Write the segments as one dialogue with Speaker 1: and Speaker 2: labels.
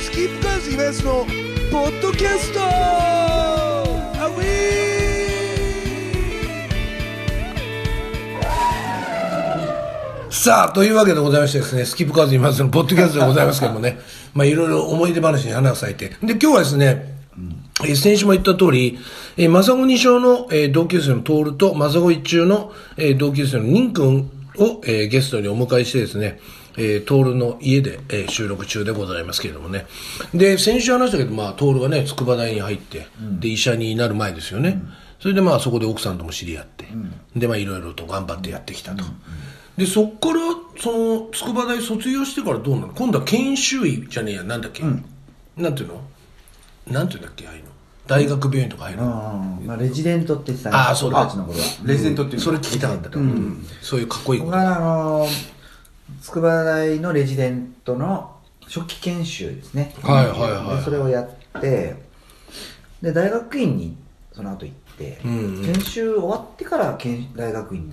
Speaker 1: スキップカーズイベントのポッドキャストアウィーさあというわけでございましてですねスキップカーズイベントのポッドキャストでございますけどもね まあいろいろ思い出話に花が咲いてで今日はですねえー先週も言った通り、えー、マサゴ2章の、えー同級生のトールと、マサゴ1中の、えー同級生のニン君を、えーゲストにお迎えしてですね、えー、トールの家で、えー収録中でございますけれどもね。で、先週話したけど、まあ、トールがね、筑波大に入って、で、医者になる前ですよね。それでまあ、そこで奥さんとも知り合って、で、まあ、いろいろと頑張ってやってきたと。で、そっから、その、筑波大卒業してからどうなの今度は研修医じゃねえや、なんだっけ、なんていうのなんていうんだっけああいうの大学病院とかああいう
Speaker 2: う
Speaker 1: の、
Speaker 2: んまあ、レジデントって言ってたね
Speaker 1: ああそうだ
Speaker 2: 僕たちの頃は
Speaker 3: レジデントっていう
Speaker 1: そ
Speaker 3: の
Speaker 1: れ聞きたかった、そういうかっこいいこ
Speaker 2: 僕
Speaker 1: と
Speaker 2: はあのー筑波大のレジデントの初期研修ですね
Speaker 1: はいはいはい
Speaker 2: でそれをやってで大学院にその後行って、
Speaker 1: うんうん
Speaker 2: 研修終わってから研大学院に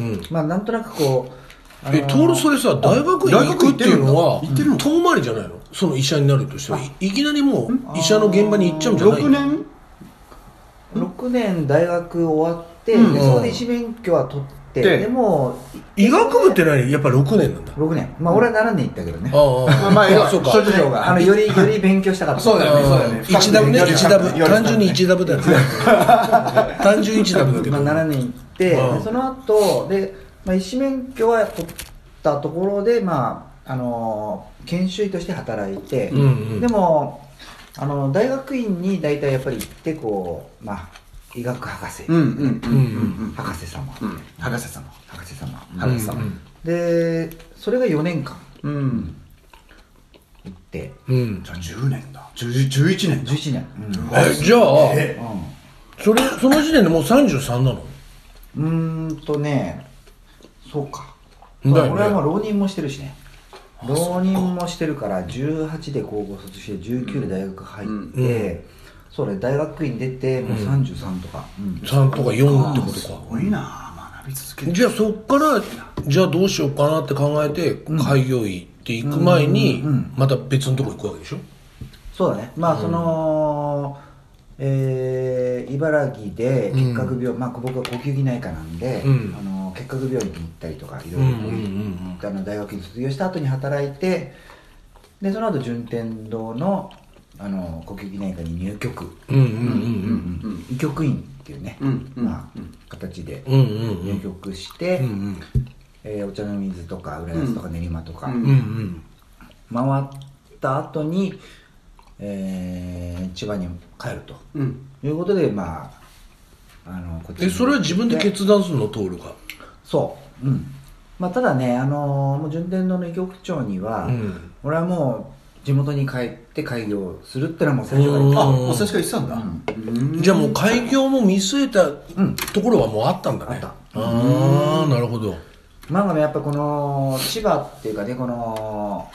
Speaker 1: うん
Speaker 2: まあなんとなくこう、あの
Speaker 1: えトールそれさ大学院行くっていうの
Speaker 3: 大
Speaker 1: は
Speaker 3: 学行ってるの
Speaker 1: 遠回りじゃないのその医者になるとしてはいいきなりもう医者の現場に行っちゃうんじゃない
Speaker 3: 6年
Speaker 2: 6年大学終わって、
Speaker 3: うん
Speaker 2: でそこで医師免許は取って、
Speaker 3: で
Speaker 2: でも
Speaker 1: 医学部って何やっぱ6年なんだ
Speaker 2: 6年まあ俺は7年行ったけどね、
Speaker 1: ああ
Speaker 3: まあ
Speaker 1: あ
Speaker 3: まあ
Speaker 1: そうか
Speaker 3: 諸
Speaker 2: 諸
Speaker 3: 事情
Speaker 2: 女があ
Speaker 3: が
Speaker 2: のよりより勉強したかった
Speaker 3: そうだよねそうだよね
Speaker 1: ああ一ダブね一ダブ
Speaker 3: 夜
Speaker 1: 単純に一ダブだよね 単純一ダブだけ
Speaker 2: ま
Speaker 1: ど
Speaker 2: あ、7年行って、
Speaker 1: うん
Speaker 2: でその後で、まあ医師免許は取ったところで、まああのー研修医として働いて、
Speaker 1: うんうん
Speaker 2: でもあの大学院に大体やっぱり行ってこう、まあ、医学博士、
Speaker 3: うんうんうんうんうん
Speaker 2: 博士様、
Speaker 3: うん博士様
Speaker 2: 博士様、
Speaker 3: 博士様
Speaker 2: でそれが4年間
Speaker 3: うん
Speaker 2: 行って
Speaker 1: うん
Speaker 3: じゃあ10年だ10 11年だ
Speaker 2: 11年、
Speaker 1: えじゃあ
Speaker 3: え
Speaker 1: それその時点でもう33なの
Speaker 2: うん、うーんとねそうか
Speaker 1: だよね
Speaker 2: 俺はもう浪人もしてるしね浪人もしてるから18で高校卒して19で大学入って、
Speaker 3: うん
Speaker 2: そうね大学院出てもう33とか、
Speaker 1: 3とか4ってこと
Speaker 3: す
Speaker 1: か
Speaker 3: ごいな学び続けて
Speaker 1: じゃあそっからじゃあどうしようかなって考えて開業医って行く前にまた別のとこ行くわけでしょ
Speaker 2: そうだねまあその、えー茨城で結核病、まあ、僕は呼吸器内科なんで、
Speaker 1: うん
Speaker 2: あの結核病院に行ったりとかいろ
Speaker 1: うん
Speaker 2: い
Speaker 1: うん
Speaker 2: ろ
Speaker 1: うんうん
Speaker 2: あの大学院卒業した後に働いてでその後順天堂のあの呼吸器内科に入局
Speaker 1: うんうんうん
Speaker 2: 医局員っていうね、
Speaker 3: うんうん
Speaker 2: まあ、形で
Speaker 1: うんうんうんうん
Speaker 2: 入局して、
Speaker 1: うんうん
Speaker 2: えーお茶の水とか浦安とか練馬とか
Speaker 3: う
Speaker 2: 回
Speaker 3: ん
Speaker 1: うんうん
Speaker 2: った後に、えー千葉に帰ると
Speaker 3: うん
Speaker 2: いうことでまああのこっちに
Speaker 1: えそれは自分で決断するの通るか
Speaker 2: そううんまあただねあのーもう順天堂の医局長には、
Speaker 1: うん
Speaker 2: 俺はもう地元に帰って開業するってのはもう最初から言って
Speaker 3: あ
Speaker 2: た
Speaker 1: うん
Speaker 3: もう最初から言ってたんだうん
Speaker 1: じゃあもう開業も見据え
Speaker 2: うん
Speaker 1: たところはもうあったんだね
Speaker 2: あった
Speaker 1: ああなるほど
Speaker 2: まあねやっぱこの千葉っていうかねこの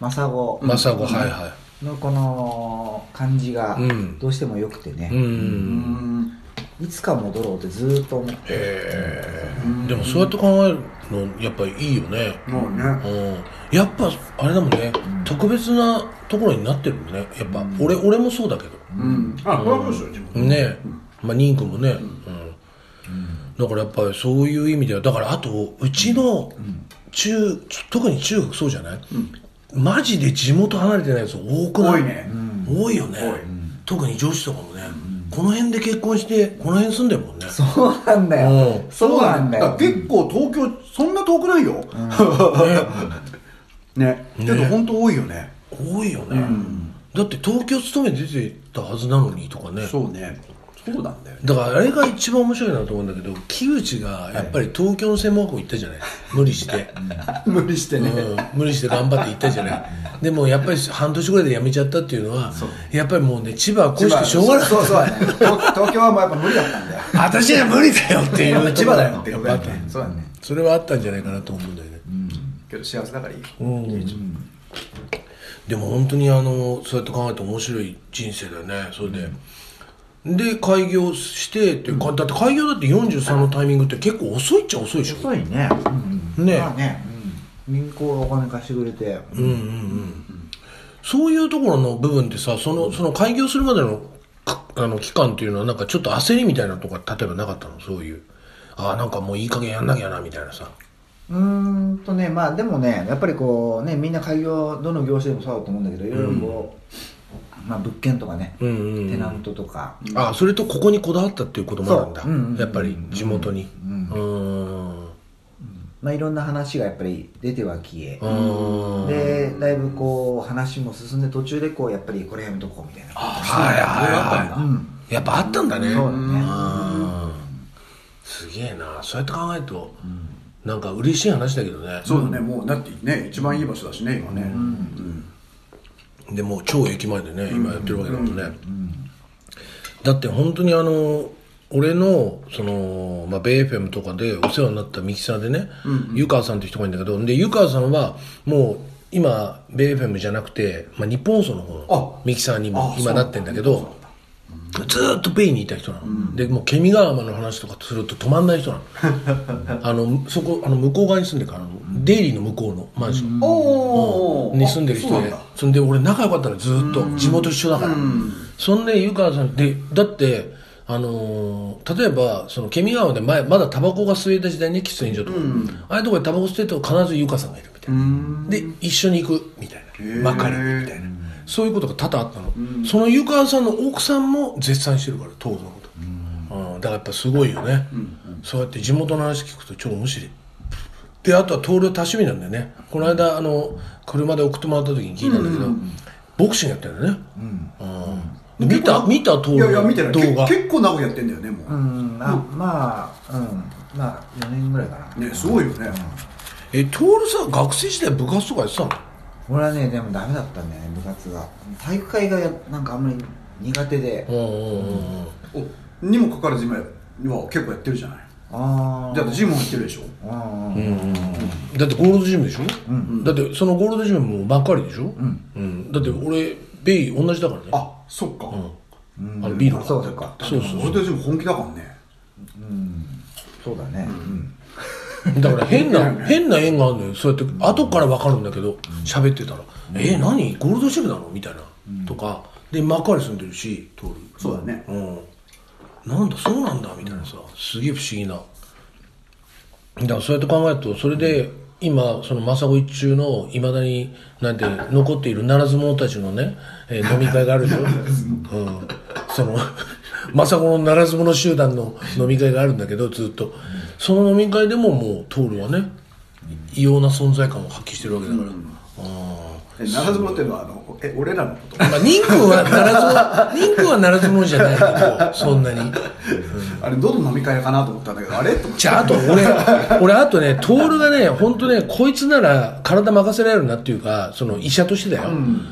Speaker 2: 政子
Speaker 1: まさごはいは
Speaker 2: のこの感じが
Speaker 1: うん
Speaker 2: どうしても良くてね
Speaker 1: い、うん
Speaker 3: うん
Speaker 2: いつか戻ろうってずーっと思って
Speaker 1: へえでもそうやって考えるのやっぱりいいよね
Speaker 3: もうね
Speaker 1: うんやっぱあれだもんね、特別なところになってるもんねやっぱ、俺俺もそうだけど
Speaker 3: うんあこれはどうしよう自分
Speaker 1: ね、まあニン君もね、うんだからやっぱりそういう意味ではだからあとうちの中、特に中学そうじゃない、マジで地元離れてないやつ多くない
Speaker 3: 多いね
Speaker 1: 多いよね、
Speaker 3: 多い
Speaker 1: 特に女子とかもね、この辺で結婚してこの辺住んでるもんね
Speaker 2: そうなんだよ
Speaker 1: うん
Speaker 2: そうなんだ
Speaker 3: だ
Speaker 2: よ
Speaker 3: から結構東京そんな遠くないよねけど本当多いよね
Speaker 1: 多いよね、だって東京勤め出てたはずなのにとかね
Speaker 3: そうねそうなんだよね
Speaker 1: だからあれが一番面白いなと思うんだけど木内がやっぱり東京の専門学校行ったじゃない無理 して、
Speaker 3: 無理してね
Speaker 1: うん、無理して頑張って行ったじゃないでもやっぱり半年ぐらいで辞めちゃったっていうのはやっぱりもうね千葉は恋しくてしょうがない
Speaker 3: そうそうそうだね東東京はもうやっぱ無理だったんだよ
Speaker 1: 私には無理だよっていう
Speaker 3: 千葉だよって
Speaker 1: や
Speaker 3: こ
Speaker 1: っ
Speaker 3: と
Speaker 1: ぱあ
Speaker 3: だ
Speaker 1: っ
Speaker 3: ったたねそうだね
Speaker 1: それはあったんじゃないかなと思うんだよね、
Speaker 3: けど幸せだからいいよ
Speaker 1: でも本当にあのそうやって考えると面白い人生だよねそれで、で開業してって、かだって開業だって43のタイミングって結構遅いっちゃ遅いでしょ
Speaker 2: 遅いね
Speaker 1: ね
Speaker 2: まあね、民間がお金貸してくれて、
Speaker 1: うんうんうんそういうところの部分でさ、その、その開業するまでの、かあの、期間っていうのは、なんかちょっと焦りみたいなのとか、例えばなかったのそういう。ああ、なんかもういい加減やんなきゃな、みたいなさ。
Speaker 2: うーんとね、まあでもね、やっぱりこうね、みんな開業、どの業種でもそうだと思うんだけど、いろいろこう、まあ物件とかね、
Speaker 1: うんうんうん
Speaker 2: テナントとか、
Speaker 1: ああ、それとここにこだわったっていうこともあるんだ。
Speaker 2: そううんうんうん
Speaker 1: やっぱり、地元に。うん。うん。
Speaker 2: まあいろんな話がやっぱり出ては消え、
Speaker 1: うん
Speaker 2: で、だいぶこう話も進んで途中でこう、やっぱりこれやめとこうみたいな。
Speaker 1: はいはいはい。やっぱあったんだね。
Speaker 2: そうだね
Speaker 1: あーすげえな。そうやって考えると、なんか嬉しい話だけどね。
Speaker 4: そうだね、もうだってね一番いい場所だしね今ね、
Speaker 1: でもう超駅前でね今やってるわけだもんね、だって本当にあの俺のその、まあ、ベイ FM とかでお世話になったミキサーでね、湯川さんって人がいるんだけどで湯川さんはもう今ベイ FM じゃなくて、まあ、日本放送の方のミキサーにも今なってんだけどずーっとペイにいた人なの、でもうケミガーマの話とかすると止まんない人な のあのそこあの向こう側に住んでるからあのデイリーの向こうのマンション、
Speaker 4: おー
Speaker 1: に住んでる
Speaker 4: あそ
Speaker 1: 人
Speaker 4: うな
Speaker 1: で
Speaker 4: んだ
Speaker 1: そんで俺仲良かったのずーっと地元一緒だからそんで湯川さんでだってあのー例えばそのケミ川で前まだタバコが吸えた時代に喫煙所とか、ああいうとこでタバコ吸ってると必ず湯川さんがいるみたいなで一緒に行くみたい
Speaker 4: へー
Speaker 1: なかりみたいなそういうことが多々あったの、その湯川さんの奥さんも絶賛してるから当時のこと、うん、だからやっぱすごいよね、そうやって地元の話聞くと超面白いであとは棟梁多趣味なんだよねこの間あの車で送ってもらった時に聞いたんだけど、ボクシングやってるんだよね、うんで見た見た棟
Speaker 4: いやいや見て
Speaker 1: 梁の
Speaker 4: な
Speaker 1: 動
Speaker 4: いけ
Speaker 1: 画
Speaker 4: 結構名古屋やってんだよねもう、
Speaker 2: うん、あまあ、うん、まあ4年ぐらいかな。
Speaker 4: ねすごいよね、
Speaker 1: え徹さん学生時代部活とかやってたの
Speaker 2: 俺はね、でもダメだったんだよね、部活が。体育会がやなんかあんまり苦手で。
Speaker 1: うんうんうんうん
Speaker 4: おにもかかわらず今は結構やってるじゃない
Speaker 2: ああ。
Speaker 4: だってジムも行ってるでしょ
Speaker 2: うんうん
Speaker 1: だってゴールドジムでしょ、だってそのゴールドジムもばっかりでしょ、うんだって俺ベイ同じだからね
Speaker 4: あそっか、
Speaker 1: うんあのビール
Speaker 2: そうそうか。
Speaker 1: そうそう
Speaker 4: 俺たちも本気だからね
Speaker 2: そうだね。うん。
Speaker 1: だから変 な、変な縁があるのよ。そうやって、後からわかるんだけど、喋ってたら、え、何ゴールドシェルなのみたいな。とか、で、幕張住んでるし、通る。
Speaker 4: そうだね
Speaker 1: うん。なんだ、そうなんだ、みたいなさ、すげえ不思議な。だからそうやって考えると、それで、今、その、マサゴ一中の、いまだに、なんて、残っているならず者たちのね、えー飲み会があるでしょ。うん。その、 マサゴのならず者集団の飲み会があるんだけど、ずっと。その飲み会でももう、トールはね、異様な存在感を発揮してるわけだから。あ
Speaker 4: えならず者っていうのはあのえ俺らのこと
Speaker 1: ーまあ、ニン君はならず者、ニン君はならず者じゃないけど、そんなに。
Speaker 4: あれどの飲み会かなと思ったんだけどあれと思って
Speaker 1: じゃあ、あと俺、俺、あとね、トールがね、本当ね、こいつなら体任せられるなっていうか、その医者としてだよ、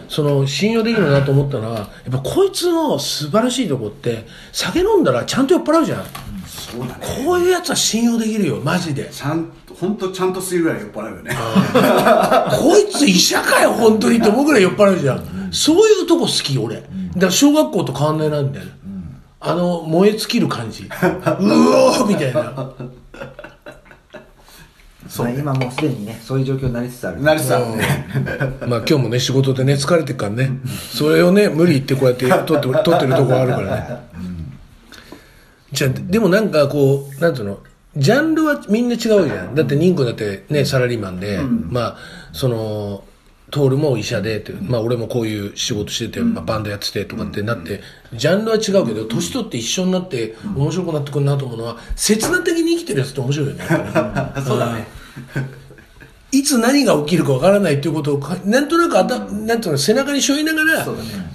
Speaker 1: その信用できるなと思ったのは、やっぱこいつの素晴らしいとこって、酒飲んだらちゃんと酔っ払うじゃん。
Speaker 4: そうだね
Speaker 1: こういうやつは信用できるよ、マジで。
Speaker 4: ちゃんと本当ちゃんと吸うぐらい酔っ払うよね
Speaker 1: こいつ医者かよ、本当にって思うぐらい酔っ払うじゃん。そういうとこ好き、俺。だから小学校と変わんないな、みたいな。あの、燃え尽きる感じ。うおーみたいな。
Speaker 2: まあ今もうすでにね、そういう状況になりつつある。
Speaker 4: なりさんね
Speaker 1: まあ今日もね仕事でね疲れてるからねそれをね無理言ってこうやって撮って撮ってるとこがあるからねじゃあでもなんかこうなんていうのジャンルはみんな違うじゃんだって人君だってねサラリーマンで、まあその徹も医者でって、まあ、俺もこういう仕事してて、まあ、バンドやっててとかってなって、ジャンルは違うけど年取って一緒になって面白くなってくるなと思うのは刹那的に生きてるやつって面白 いよねやっぱりそうだねいつ何が起きるかわからないということをかなんとなくあた、なんていうの背中に背負いながら、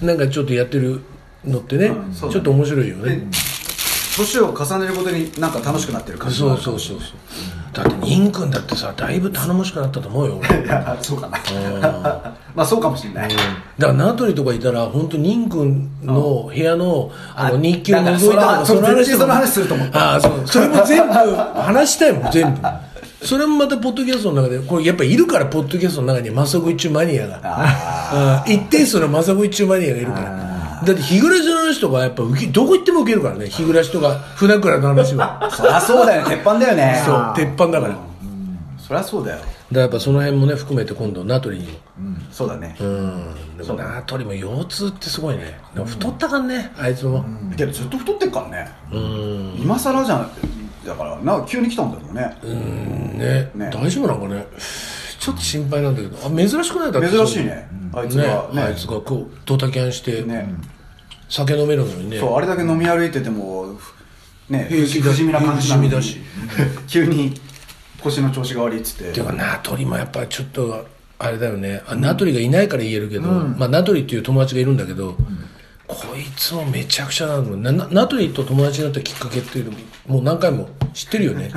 Speaker 1: なんかちょっとやってるのってね,、
Speaker 4: うんそうだね
Speaker 1: ちょっと面白いよね、
Speaker 4: で年を重ねることになんか楽しくなってる感じ
Speaker 1: そうそうそうそうだって仁君だってさだいぶ頼もしくなったと思うよ 俺だか
Speaker 4: あそうかなまあそうかもしれない
Speaker 1: ら名取とかいたら本当仁君の部屋のあの日記を
Speaker 4: だから
Speaker 1: 覗いたら
Speaker 4: その
Speaker 1: 話
Speaker 4: 絶対その話すると思った
Speaker 1: ああそうそれも全部話したいもん全部それもまたポッドキャストの中でこれやっぱいるからポッドキャストの中にマサゴイチュマニアがあー一定数のマサゴイチュマニアがいるからだって日暮らしの話とかやっぱ受けどこ行っても受けるからね日暮らしとか船倉の話は
Speaker 4: そりゃそうだよね鉄板だよね
Speaker 1: そう鉄板だから
Speaker 4: そりゃそうだよ
Speaker 1: らやっぱその辺もね含めて今度名取にも
Speaker 4: そうだね、
Speaker 1: うんでも名取も腰痛ってすごいねでも太ったかんねあいつも
Speaker 4: けどずっと太ってっからね今更じゃんだからな急に来たんだろうね
Speaker 1: うんね
Speaker 4: ね
Speaker 1: 大丈夫なんかねちょっと心配なんだけどあ珍しくないだって
Speaker 4: 珍しいねあいつ
Speaker 1: ね
Speaker 4: がね
Speaker 1: あいつがこうドタキャンして
Speaker 4: ね
Speaker 1: 酒飲めるのにね
Speaker 4: そうあれだけ飲み歩いててもふね
Speaker 1: 平気だ
Speaker 4: 不死身な感じなのに
Speaker 1: 不死
Speaker 4: 急に腰の調子が悪いっつって
Speaker 1: ていうか名取もやっぱちょっとあれだよねあ名取がいないから言えるけど、まあ、名取っていう友達がいるんだけど、こいつもめちゃくちゃなのなな名取と友達になったきっかけっていうのももう何回も知ってるよね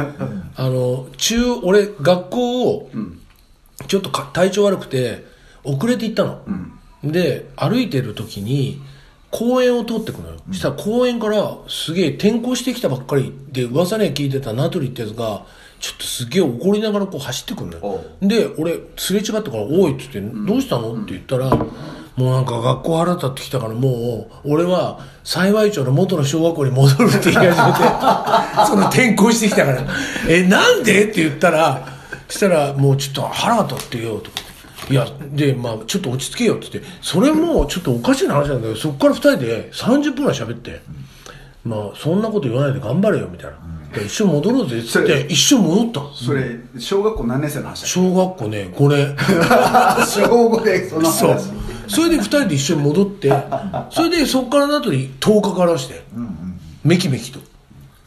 Speaker 1: あの中俺学校をちょっとか体調悪くて遅れて行ったの、で歩いてる時に公園を通ってくのよ、そしたら公園からすげえ転校してきたばっかりで噂ね聞いてた名取ってやつがちょっとすげえ怒りながらこう走ってくるのよで俺すれ違ったから「おい」っつって「どうしたの?」って言ったら、もうなんか学校腹立ってきたからもう俺は幸い町の元の小学校に戻るって言 い始めてその転校してきたから「えなんで?」って言ったらそしたらもうちょっと腹が立ってよとかっていやでまあちょっと落ち着けよって言ってそれもちょっとおかしいな話なんだけどそこから2人で30分ぐらい喋って、まあそんなこと言わないで頑張れよみたいな、で一緒に戻ろうぜっつって一緒に戻ったの
Speaker 4: それ小学校何年生の話だっ
Speaker 1: 小学校ね5年
Speaker 4: 小学校で その話
Speaker 1: そうそれで2人で一緒に戻 ってそれでそこからの後に10日からして、めきめきと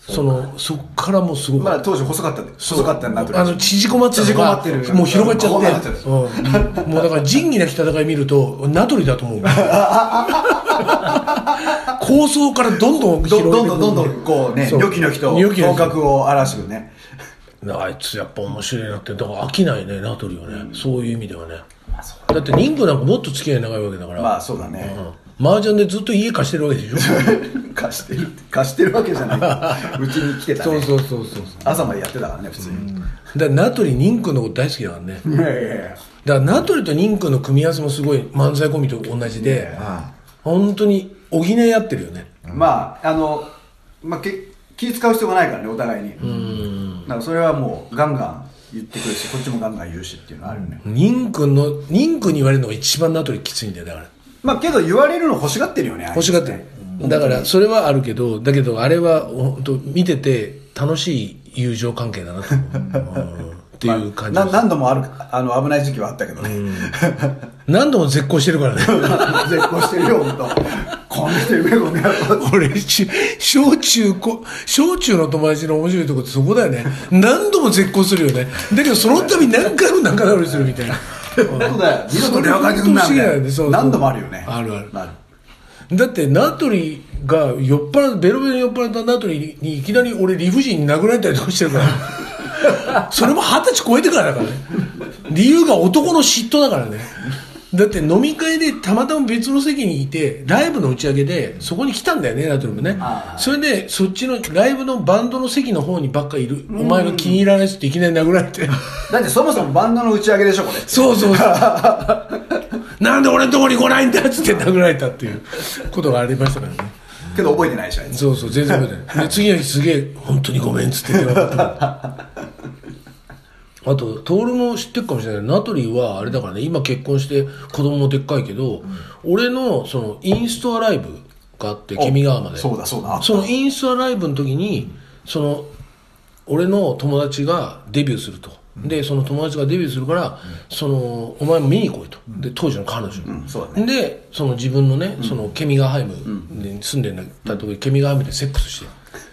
Speaker 1: そのそこからもうすごく、
Speaker 4: まあ当時細かったんで細かったんだと
Speaker 1: あの縮こまってたの
Speaker 4: 縮こま
Speaker 1: が
Speaker 4: ってる
Speaker 1: もう広がっち
Speaker 4: こうなっ
Speaker 1: ゃ
Speaker 4: ちゃ
Speaker 1: ってうんもうだから仁義なき戦い見ると名取だと 思う構想からどんどん
Speaker 4: ど
Speaker 1: 広
Speaker 4: どん
Speaker 1: げて
Speaker 4: どんどんどんこうね
Speaker 1: そう
Speaker 4: ニョキニョキと
Speaker 1: ニョキニョ
Speaker 4: 頭
Speaker 1: キ
Speaker 4: 角を表してくるね
Speaker 1: あいつやっぱ面白いなってだから飽きないね名取はね、そういう意味ではね、だって人気なんかもっと付き合い長いわけだから
Speaker 4: まあそうだね
Speaker 1: うん麻雀でずっと家貸してるわけでしょ
Speaker 4: 貸してる貸してるわけじ ゃないうちに来てたね
Speaker 1: そうそうそう
Speaker 4: 朝までやってたからね普通に
Speaker 1: だから名取仁君のこと大好きだからね
Speaker 4: いやいやいや
Speaker 1: だから名取と仁君の組み合わせもすごい漫才コンビと同じで、本当に補い合ってるよね
Speaker 4: まああの、まあ、け気使う必要がないからねお互いにだからそれはもうガンガン言ってくるしこっちもガンガン言うしっていうのはあるね、
Speaker 1: 仁君の仁君に言われるのが一番名取きついんだよだから
Speaker 4: まあけど言われるの欲しがってるよね
Speaker 1: 欲しがってる、だからそれはあるけどだけどあれは本当見てて楽しい友情関係だなと思う、うんっていう感じ
Speaker 4: な
Speaker 1: です、
Speaker 4: 何度もあるあの危ない時期はあったけどね、
Speaker 1: 何度も絶好してるからね
Speaker 4: 絶好してるよ本当こんな人いるよこの野郎
Speaker 1: 俺ち小中高小中の友達の面白いとこってそこだよね何度も絶好するよねだけどその度何回も仲直りするみたいな
Speaker 4: そうだよ二度と電話かけてくんなみ
Speaker 1: それ本当不思議だ
Speaker 4: た
Speaker 1: よ
Speaker 4: い
Speaker 1: ね
Speaker 4: な
Speaker 1: そうそう
Speaker 4: 何度もあるよね
Speaker 1: あるある
Speaker 4: なる
Speaker 1: だって名取が酔っ払うベロベロに酔っ払った名取にいきなり俺理不尽に殴られたりとかしてるから それも二十歳超えてからだからね理由が男の嫉妬だからねだって飲み会でたまたま別の席にいてライブの打ち上げでそこに来たんだよね名取もねそれでそっちのライブのバンドの席の方にばっかいるお前が気に入らないっつっていきなり殴られて
Speaker 4: だってそもそもバンドの打ち上げでしょこれ
Speaker 1: そうそうそう なんで俺のとこに来ないんだっつって殴られたっていうことがありましたからね
Speaker 4: けど覚えてないでしょあいつ
Speaker 1: そうそう全然覚え てないで次の日すげえ「本当にごめん」っつって電話かか ってくるあと徹も知ってるかもしれないけど名取はあれだからね今結婚して子供もでっかいけど、俺のそのインストアライブがあって君がまで
Speaker 4: そうだそうだ
Speaker 1: そのインスタライブの時にその俺の友達がデビューすると、でその友達がデビューするから、そのお前も見に来いと、で当時の彼女、
Speaker 4: そう
Speaker 1: でその自分のねそのケミガハイムに住んでた時、ケミガハイムでセックスして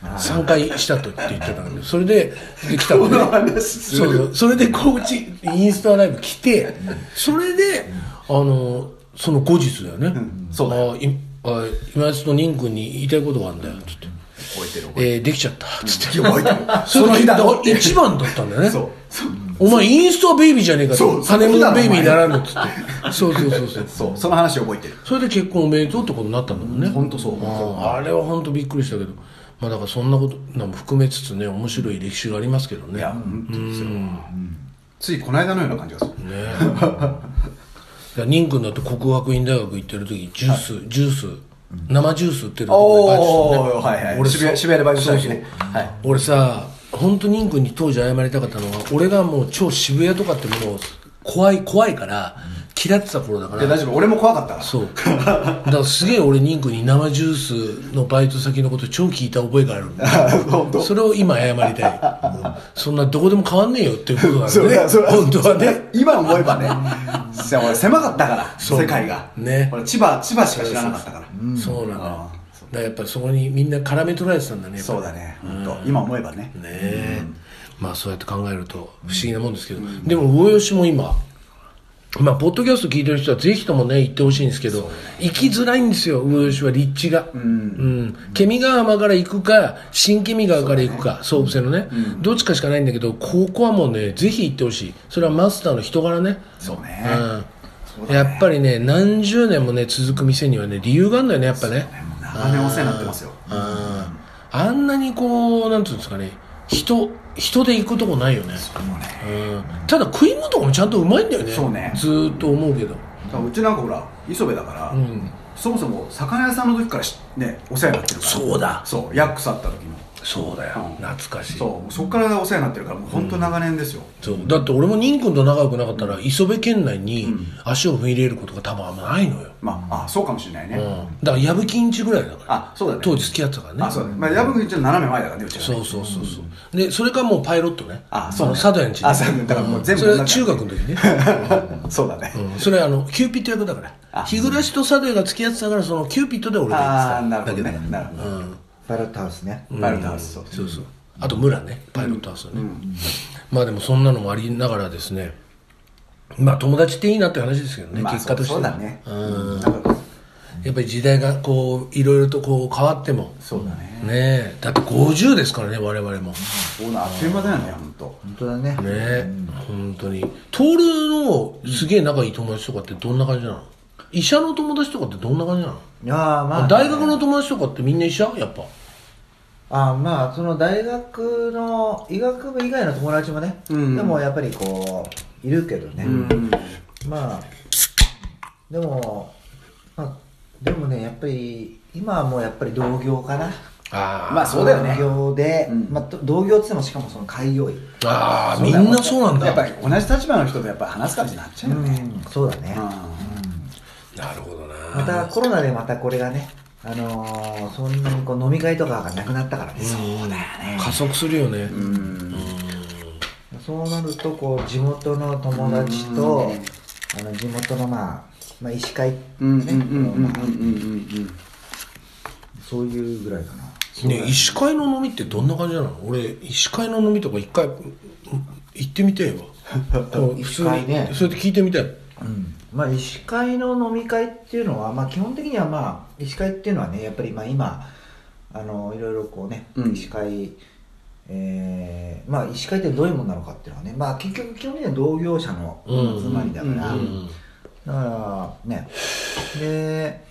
Speaker 1: 3回したとって言ってたんだけどそれでで来たのねそう そうそれでこううちインスタライブ来てそれであのその後日だよね、
Speaker 4: そうだ
Speaker 1: あいあ今やつと仁君に言いたいことがあるんだよつって
Speaker 4: 覚えてる覚えてる
Speaker 1: えーできちゃったつって
Speaker 4: 覚えてる
Speaker 1: そ
Speaker 4: そ
Speaker 1: の
Speaker 4: の
Speaker 1: 日
Speaker 4: 日
Speaker 1: だ
Speaker 4: だ
Speaker 1: から一番だったんだよね
Speaker 4: そうそう
Speaker 1: お前インスタベイビーじゃねえか
Speaker 4: そ
Speaker 1: と
Speaker 4: う
Speaker 1: ハネムーンベイビー
Speaker 4: そう
Speaker 1: に
Speaker 4: だ
Speaker 1: な
Speaker 4: お
Speaker 1: らぬっつってそうそうそうそう
Speaker 4: そうその話覚えてる
Speaker 1: それで結婚おめでとうってことになったんだもんね
Speaker 4: 本当そう
Speaker 1: あーあれは本当びっくりしたけどまあだからそんなことなんも含めつつね面白い歴史がありますけどね
Speaker 4: いや本当ですようんついこの間のような感じがする
Speaker 1: ねえ仁君だって国学院大学行ってる時ジュース、ジュース生ジュース売ってるとこでバイトしてたね
Speaker 4: おーはいはい
Speaker 1: 俺
Speaker 4: 渋谷渋谷でバイトした時ね
Speaker 1: そうそう俺さ本当にイン君に当時謝りたかったのは俺がもう超渋谷とかってものを怖い怖いから嫌ってた頃だか
Speaker 4: いや
Speaker 1: ら
Speaker 4: 大丈夫俺も怖かったから
Speaker 1: そうだからすげえ俺ニンクに生ジュースのバイト先のこと超聞いた覚えがあるん だそれを今謝りたい、そんなどこでも変わんねえよっていうこと
Speaker 4: そう
Speaker 1: だ
Speaker 4: だ
Speaker 1: よ
Speaker 4: そ
Speaker 1: ね
Speaker 4: うだ
Speaker 1: 本当はね
Speaker 4: 今思え ばねさ俺狭かったから
Speaker 1: そう
Speaker 4: 世界が
Speaker 1: ね
Speaker 4: 俺千葉千葉しか知らなかったから
Speaker 1: そうなんだだからやっぱりそこにみんな絡め取られてたんだねやっぱ
Speaker 4: そうだね本当今思えばね
Speaker 1: ねえ、まあそうやって考えると不思議なもんですけど、でも魚吉も今まあポッドキャスト聞いてる人はぜひともね行ってほしいんですけど、行きづらいんですよ魚吉は立地がうん、ケミ川浜から行くか新ケミ川から行くか総武線のね、どっちかしかないんだけどここはもうねぜひ行ってほしいそれはマスターの人柄ね
Speaker 4: そうね
Speaker 1: うんやっぱりね何十年もね続く店にはね理由があるんだよねやっぱね
Speaker 4: 長年お世話になってますよ
Speaker 1: あーあんなにこうなんていうんですかね人人で行くとこないよねうんただ食い物とかもちゃんとうまいんだよね
Speaker 4: そうね
Speaker 1: ずーっと思うけど
Speaker 4: だからうちなんかほら磯部だから、
Speaker 1: ん
Speaker 4: そもそも魚屋さんの時からしねお世話になってるから
Speaker 1: そうだ
Speaker 4: そうヤックスあった時の
Speaker 1: そうだよ
Speaker 4: うん
Speaker 1: 懐かしい
Speaker 4: そうもうそっからお世話になってるからもう本当長年ですよ、
Speaker 1: そうだって俺も仁君と仲良くなかったら磯部県内に足を踏み入れることが多分あんまないのよ、
Speaker 4: まああそうかもしれないね、
Speaker 1: うん、だから矢吹んちぐらいだから
Speaker 4: あそうだね
Speaker 1: 当時付き合ってたからね
Speaker 4: あそうだね、まあ、矢吹一応斜め前だからねうちはね
Speaker 1: そうそうそうそう、でそれからもうパイロットね
Speaker 4: あそうね
Speaker 1: の佐渡屋の家
Speaker 4: あ佐渡屋だからもう全部
Speaker 1: それは中学の時ね
Speaker 4: そうだね、
Speaker 1: うんそれあのキューピット役だから日暮とサデが付き合ってたからそのキューピットで俺が
Speaker 4: ああ
Speaker 1: 言
Speaker 4: な
Speaker 1: ってた
Speaker 4: るほどねなるほど、
Speaker 2: バラットハウスね
Speaker 4: バルタースそう
Speaker 1: そうそうあと村ねパイロットハウスね、まあでもそんなのもありながらですねまあ友達っていいなって話ですけどね、
Speaker 4: まあ
Speaker 1: 結果として
Speaker 4: そう
Speaker 1: は
Speaker 4: そうだね
Speaker 1: うん
Speaker 4: なんか
Speaker 1: やっぱり時代がこういろいろとこう変わっても
Speaker 4: そうだね
Speaker 1: ねえだって50ですからね我々も
Speaker 4: そうだあっという間だよね本当
Speaker 2: 本当だね
Speaker 1: ねえ本当に徹のすげえ仲いい友達とかってどんな感じなの医者の友達とかってどんな感じなの
Speaker 2: いやーまあ
Speaker 1: 大学の友達とかってみんな医者やっぱ
Speaker 2: あーまあその大学の医学部以外の友達もね、
Speaker 4: ん
Speaker 2: でもやっぱりこういるけどね、まあでも、まあ、でもねやっぱり今はもうやっぱり同業かな
Speaker 1: あ
Speaker 4: まあそうだよね
Speaker 2: 同業で、
Speaker 4: うん
Speaker 2: まあ、と同業っつってもしかもその開業医
Speaker 1: ああ
Speaker 4: そ
Speaker 1: み
Speaker 4: うだよ
Speaker 1: んなそうなんだ
Speaker 4: やっぱり同じ立場の人とやっぱり話す感じになっちゃうよね、
Speaker 2: そうだね、
Speaker 1: なるほど
Speaker 2: ま
Speaker 1: な
Speaker 2: たコロナでまたこれがねあのーそんなにこう飲み会とかがなくなったからね、
Speaker 1: そうだよね加速するよね
Speaker 2: そうなるとこう地元の友達とあの地元のまあ、まあ、医師会ね、
Speaker 4: うんうんうんうんうんうん
Speaker 2: こう
Speaker 4: うん
Speaker 2: そういうぐらいかな
Speaker 1: ね医師会の飲みってどんな感じなの俺医師会の飲みとか一回うん行ってみてえわこう
Speaker 2: 医
Speaker 1: 普
Speaker 2: 師
Speaker 1: 通
Speaker 2: 会
Speaker 1: に、
Speaker 2: ね
Speaker 1: そうやって聞いてみたい
Speaker 2: うんまあ医師会の飲み会っていうのは、まあ、基本的にはまあ医師会っていうのはねやっぱりまあ今あのいろいろこうね、
Speaker 4: うん
Speaker 2: 医師会えーまあ医師会ってどういうものなのかっていうのはねまあ結局基本的には同業者の
Speaker 1: うん
Speaker 2: 集まりだから、
Speaker 1: うん
Speaker 2: だからねで、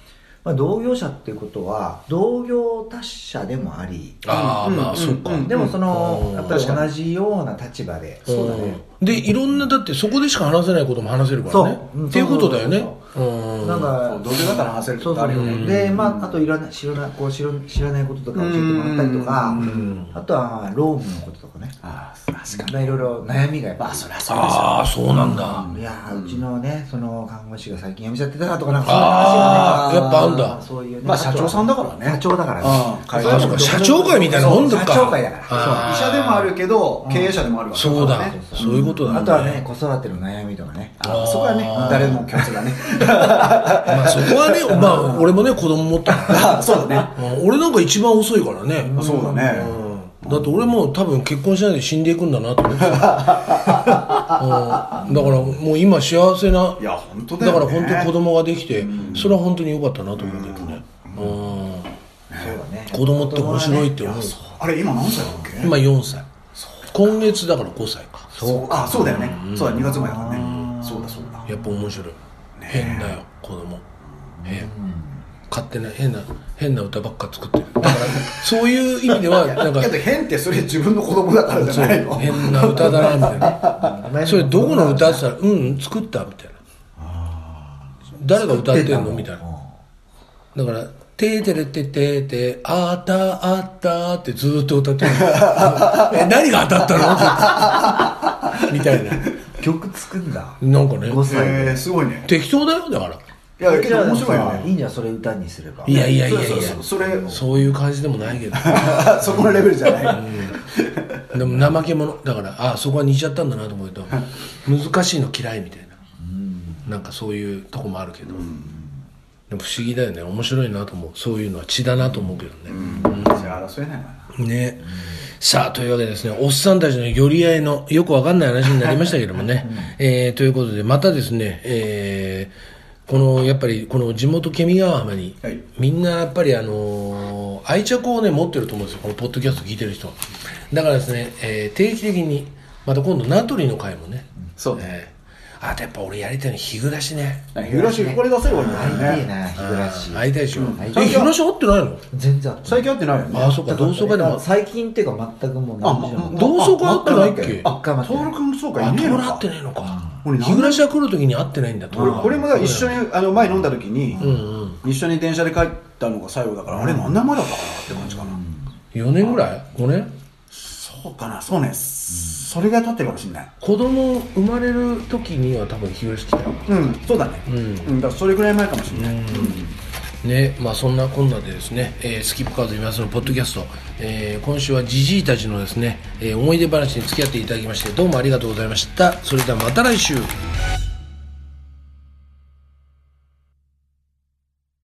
Speaker 2: まあ、同業者っていうことは同業達者でもあり
Speaker 1: ああ
Speaker 4: うん
Speaker 1: まあそっか
Speaker 4: うん
Speaker 2: でもその、
Speaker 1: うん
Speaker 2: やっぱり同じような立場で
Speaker 1: そうだねでいろんなだってそこでしか話せないことも話せるからね
Speaker 2: そううん
Speaker 1: っていうことだよね
Speaker 2: そう
Speaker 1: うん
Speaker 2: なん
Speaker 4: そ
Speaker 2: か
Speaker 4: う同僚だから話せることあるよね
Speaker 2: そうそうでまああといろんな知らないこう知ら知らないこととか教えてもらったりとかあとはロームのこととかね
Speaker 4: ああ確かに
Speaker 2: まあいろいろ悩みがやっぱ
Speaker 4: まあそりゃそうですよ
Speaker 1: ああそうなんだ、
Speaker 2: いやーうちのねその看護師が最近辞めちゃってたなとかなんか
Speaker 1: あー
Speaker 2: そういう話がね
Speaker 1: やっぱあんだ
Speaker 2: そういうね
Speaker 4: まあ社長さんだからね
Speaker 2: 社長だから
Speaker 4: ああ会
Speaker 1: あそうか社長会みたいなもんだか
Speaker 2: そう社長会だから
Speaker 1: あー
Speaker 4: 医者でもあるけど経営者でもあるわけ
Speaker 1: そうだ
Speaker 4: からね
Speaker 1: そういうことだね
Speaker 2: あとはね子育ての悩みとかね
Speaker 4: ああそこはね誰も共通だね
Speaker 1: まあそこはね、まあ俺もね、子供持ったからね
Speaker 4: あそうだね
Speaker 1: うん俺なんか一番遅いからね。
Speaker 4: そうだね
Speaker 1: うんだって俺もう多分結婚しないで死んでいくんだなと思ってたうんだからもう今幸せない
Speaker 4: や本当だ
Speaker 1: だ
Speaker 4: よ
Speaker 1: から
Speaker 4: ね
Speaker 1: 本当に子供ができてそれは本当に良かったなと思うけどねうん
Speaker 2: そうだね
Speaker 1: 子供って面白いって思う
Speaker 4: あれ今何歳だっけ
Speaker 1: 今4歳今月だから5歳か
Speaker 4: そうあそうだよねそうだ2月前だからねそうだそうだ
Speaker 1: やっぱ面白い変だよ子供変勝手な変な変な歌ばっか作ってるだからそういう意味ではなんか
Speaker 4: けど変ってそれ自分の子供だからじ
Speaker 1: そ
Speaker 4: ゃ
Speaker 1: う
Speaker 4: ないの
Speaker 1: 変な歌だなみたいな
Speaker 2: 悩みも
Speaker 1: それどこの歌って言ったら「うん作った」みたいな誰が歌ってんのみたいなだからてーてれててーて、あたあたってずーっと歌ってる。え、何が当たったのってみたいな。
Speaker 2: 曲作んだ
Speaker 1: なんかね、
Speaker 2: 5歳
Speaker 4: え
Speaker 2: で
Speaker 4: ー、すごいね
Speaker 1: 適当だよ、だから。
Speaker 4: いやけど面白いよ
Speaker 2: さ
Speaker 4: ね
Speaker 2: いいんじゃんそれ歌にすれば
Speaker 1: いやいやいやい
Speaker 4: そう
Speaker 1: や
Speaker 4: そう、そうそれ
Speaker 1: そういう感じでもない けど。
Speaker 4: あ そこのレベルじゃない
Speaker 1: でも怠け者だからあそこは似ちゃったんだなと思うと難しいの嫌いみたいな、なんかそういうとこもあるけど、でも不思議だよね面白いなと思うそういうのは血だなと思うけどね、
Speaker 4: じゃあ争えないわな
Speaker 1: ね、さあというわけでですねおっさんたちの寄り合いのよくわかんない話になりましたけどもね、えーということでまたですね、えーこのやっぱりこの地元ケミ川浜に、
Speaker 4: はい
Speaker 1: みんなやっぱりあのー愛着をね持ってると思うんですよこのポッドキャスト聞いてる人だからですね、えー定期的にまた今度名取の会もね、
Speaker 4: そうね
Speaker 1: えーあとやっぱ俺やりたいの日暮らしね
Speaker 4: 日暮らしこれ出せるわけ
Speaker 2: 会い
Speaker 4: な
Speaker 2: た
Speaker 4: い
Speaker 2: い
Speaker 4: よね
Speaker 2: な日暮らし
Speaker 1: 会いたいでしょ、え
Speaker 2: 会いたい
Speaker 1: 日暮らし会ってないの
Speaker 2: 全然あった
Speaker 4: 最近会ってないよね
Speaker 1: ああそうか同窓会でも
Speaker 2: 最近っていうか全くもう何十年
Speaker 4: あも
Speaker 2: も
Speaker 4: う
Speaker 1: 同窓会会ってないっけ
Speaker 2: あ
Speaker 4: あ徹君そうか
Speaker 1: あ、
Speaker 4: いねえ
Speaker 1: ト
Speaker 4: の
Speaker 1: ラ
Speaker 4: か
Speaker 1: ってねえのか。
Speaker 4: 俺
Speaker 1: 日暮らしが来るときに会ってないんだ、トラ
Speaker 4: 俺これもだから一緒
Speaker 1: に。
Speaker 4: にあの前飲んだ時に
Speaker 1: うんうん。
Speaker 4: 一緒に電車で帰ったのが最後だからあれ何年前だったかなって感じかな
Speaker 1: 4年ぐらい ?5 年
Speaker 4: そうかなそうねそれが経ってるかもしれない
Speaker 1: 子供生まれるときには多分日暮らし来たよ。
Speaker 4: うんそうだねうんだからそれぐらい前かもしれない
Speaker 1: ね、まあそんなこんなでですね、えースキップカード今すのポッドキャスト、えー今週はじじいたちのですね、えー思い出話に付き合っていただきまして、どうもありがとうございました。それではまた来週。